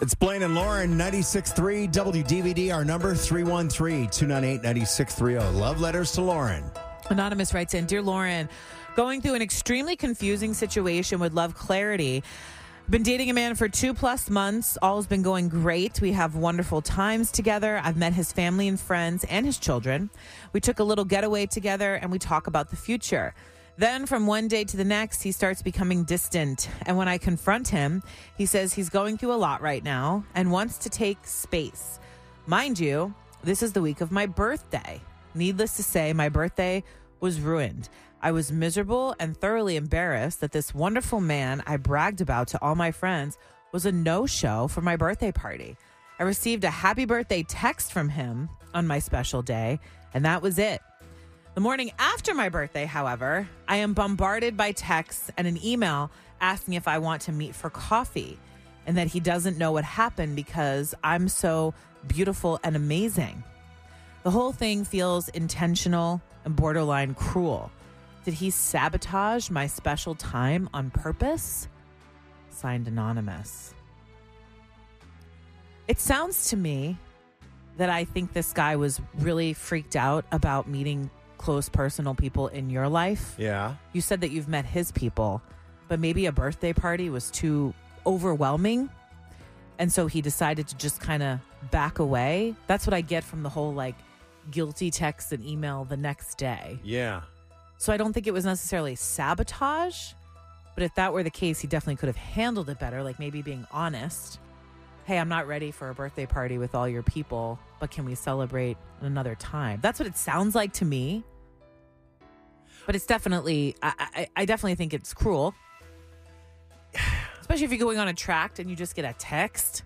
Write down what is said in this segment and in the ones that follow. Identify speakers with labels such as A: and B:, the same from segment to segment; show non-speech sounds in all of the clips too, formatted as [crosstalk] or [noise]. A: It's Blaine and Lauren, 96.3 WDVD, our number 313-298-9630. oh. Love letters to Lauren.
B: Anonymous writes in Dear Lauren, going through an extremely confusing situation would love clarity. Been dating a man for two plus months. All's been going great. We have wonderful times together. I've met his family and friends and his children. We took a little getaway together and we talk about the future. Then, from one day to the next, he starts becoming distant. And when I confront him, he says he's going through a lot right now and wants to take space. Mind you, this is the week of my birthday. Needless to say, my birthday was ruined. I was miserable and thoroughly embarrassed that this wonderful man I bragged about to all my friends was a no show for my birthday party. I received a happy birthday text from him on my special day, and that was it. The morning after my birthday, however, I am bombarded by texts and an email asking if I want to meet for coffee and that he doesn't know what happened because I'm so beautiful and amazing. The whole thing feels intentional and borderline cruel. Did he sabotage my special time on purpose? Signed Anonymous. It sounds to me that I think this guy was really freaked out about meeting close personal people in your life.
A: Yeah.
B: You said that you've met his people, but maybe a birthday party was too overwhelming. And so he decided to just kind of back away. That's what I get from the whole like guilty text and email the next day.
A: Yeah.
B: So I don't think it was necessarily sabotage, but if that were the case, he definitely could have handled it better, like maybe being honest. Hey, I'm not ready for a birthday party with all your people, but can we celebrate another time? That's what it sounds like to me. But it's definitely, I, I, I definitely think it's cruel. [sighs] Especially if you're going on a tract and you just get a text.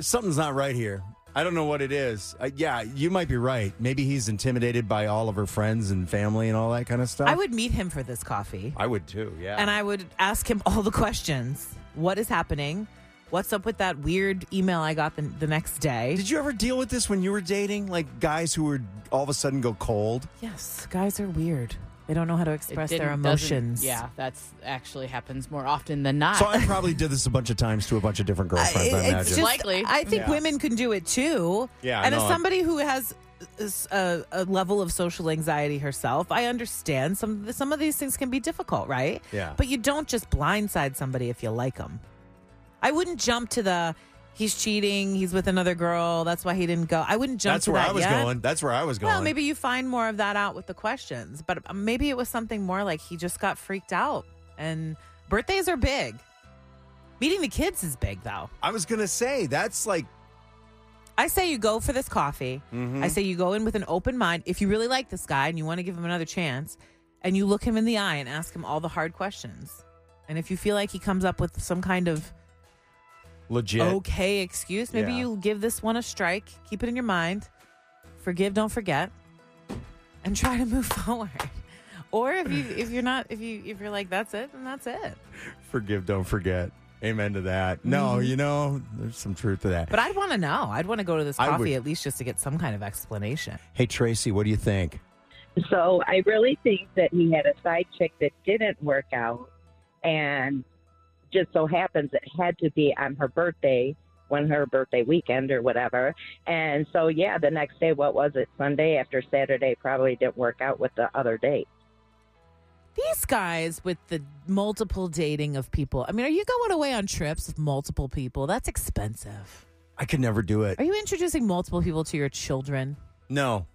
A: Something's not right here. I don't know what it is. Uh, yeah, you might be right. Maybe he's intimidated by all of her friends and family and all that kind of stuff.
B: I would meet him for this coffee.
A: I would too, yeah.
B: And I would ask him [laughs] all the questions. What is happening? What's up with that weird email I got the, the next day?
A: Did you ever deal with this when you were dating? Like guys who would all of a sudden go cold?
B: yes, guys are weird. They don't know how to express their
C: didn't- doesn't-
B: emotions.
C: Yeah, that's actually happens more often than not.
A: So I probably did this a bunch of times to a bunch of different girlfriends, I,
B: It-
A: imagine.
B: it's just,
C: Likely.
B: I think
A: Yeah.
B: women can do it too.
A: Yeah,
B: And
A: no,
B: as
A: I-
B: somebody who has s- a, a level of social anxiety herself, I understand some some of these things can be difficult, right?
A: Yeah.
B: But you don't just blindside somebody if you like them. I wouldn't jump to the he's cheating, he's with another girl, that's why he didn't go. I wouldn't jump
A: That's
B: to
A: where
B: that
A: I was
B: yet.
A: going. That's where I was going.
B: Well, maybe you find more of that out with the questions, but um, maybe it was something more like he just got freaked out. And birthdays are big. Meeting the kids is big, though.
A: I was going to say, that's like,
B: I say you go for this coffee.
A: Mm-hmm.
B: I say you go in with an open mind. If you really like this guy and you want to give him another chance, and you look him in the eye and ask him all the hard questions. And if you feel like he comes up with some kind of
A: legit.
B: okay excuse, maybe
A: Yeah.
B: you give this one a strike. Keep it in your mind. Forgive, don't forget, and try to move [laughs] forward. Or if you if you're not if you if you're like that's it, then that's it.
A: Forgive, don't forget. Amen to that. No, you know, there's some truth to that.
B: Mm-hmm. But I'd want to know. I'd want to go to this
A: I
B: coffee
A: would-
B: at least just to get some kind of explanation.
A: Hey, Tracy, what do you think?
D: So I really think that he had a side chick that didn't work out, and just so happens it had to be on her birthday, when her birthday weekend or whatever. And so yeah, the next day, what was it? Sunday after Saturday probably didn't work out with the other date.
B: These guys with the multiple dating of people. I mean, are you going away on trips with multiple people? That's expensive.
A: I could never do it.
B: Are you introducing multiple people to your children?
A: No,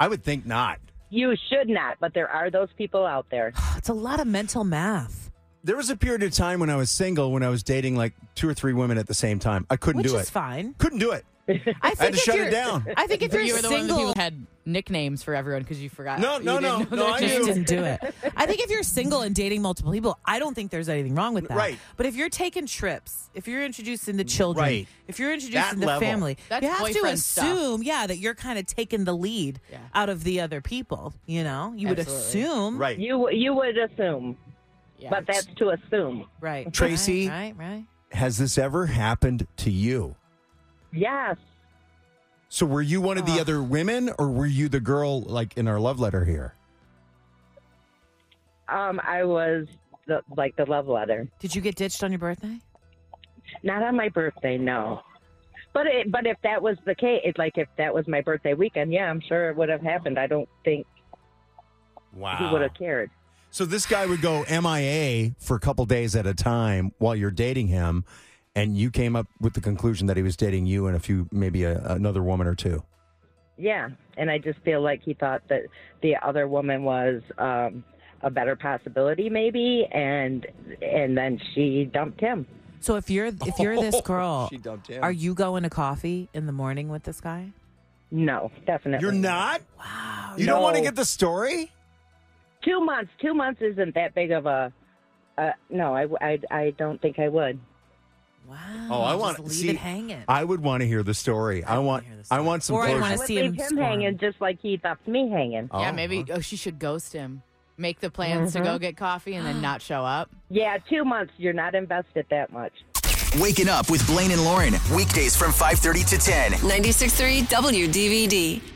A: I would think not.
D: You should not, but there are those people out there.
B: It's a lot of mental math,
A: There was a period of time when I was single when I was dating like two or three women at the same time. I couldn't
B: which
A: do
B: is
A: it. [laughs]
B: fine.
A: Couldn't do it.
B: I
A: had
B: think
A: to
B: if
A: shut it
B: you're-
A: down.
B: I think if you're
C: you were the one of the
B: single,
C: people who had nicknames for everyone because you forgot.
A: No,
C: you
A: no,
C: didn't
A: no,
C: know
A: no,
C: their
A: I
B: I
A: knew.
C: names.
B: didn't do it. I think
A: [laughs]
B: if you're single and dating multiple people, I don't think there's anything wrong with that.
A: Right.
B: But if you're taking trips, if you're introducing the children,
A: Right.
B: if you're introducing
A: That
B: the
A: level.
B: family,
C: That's
B: you have to
C: boyfriend stuff.
B: assume, yeah, that you're kind of taking the lead
C: Yeah.
B: out of the other people. You know, you would
C: Absolutely.
B: assume,
A: Right.
D: You you would assume,
C: Yeah.
D: but that's to assume.
B: right,
A: Tracy.
B: right, right, right.
A: Has this ever happened to you?
D: Yes,
A: So were you one of the
B: Ah.
C: Ugh.
A: other women or were you the girl like in our love letter here?
D: um, I was the, like the love letter.
B: Did you get ditched on your birthday?
D: Not on my birthday, no. But it, but if that was the case, it, like if that was my birthday weekend, yeah, I'm sure it would have happened. I don't think he would
A: Wow.
D: have cared.
A: So this guy would go MIA for a couple days at a time while you're dating him, and you came up with the conclusion that he was dating you and a few, maybe a, another woman or two.
D: Yeah, and I just feel like he thought that the other woman was um, a better possibility, maybe, and and then she dumped him.
B: So if you're if you're this
A: [laughs]
B: girl,
A: She dumped him.
B: are you going to coffee in the morning with this guy?
D: No, definitely.
A: You're not.
B: Wow.
A: You don't want to
D: No.
A: get the story.
D: Two months. Two months isn't that big of a. Uh, no, I, w- I, I don't think I would.
B: Wow.
A: Oh, I want
B: just leave
A: see,
B: it hanging.
A: I would want to hear the story. I,
B: wanna
A: want.
B: hear the
A: I want some
B: story. Or I
A: closure.
B: wanna
D: I would
B: see
D: leave
B: him
D: him
B: scorn.
D: hanging just like he left me hanging.
A: Oh,
C: yeah, maybe.
A: huh.
C: Oh, she should ghost him. Make the plans to
D: Mm-hmm.
C: go get coffee and then not show up.
D: Yeah, two months. You're not invested that much.
E: Waking up with Blaine and Lauren. Weekdays from 5.30 to 10.
F: 96.3 WDVD.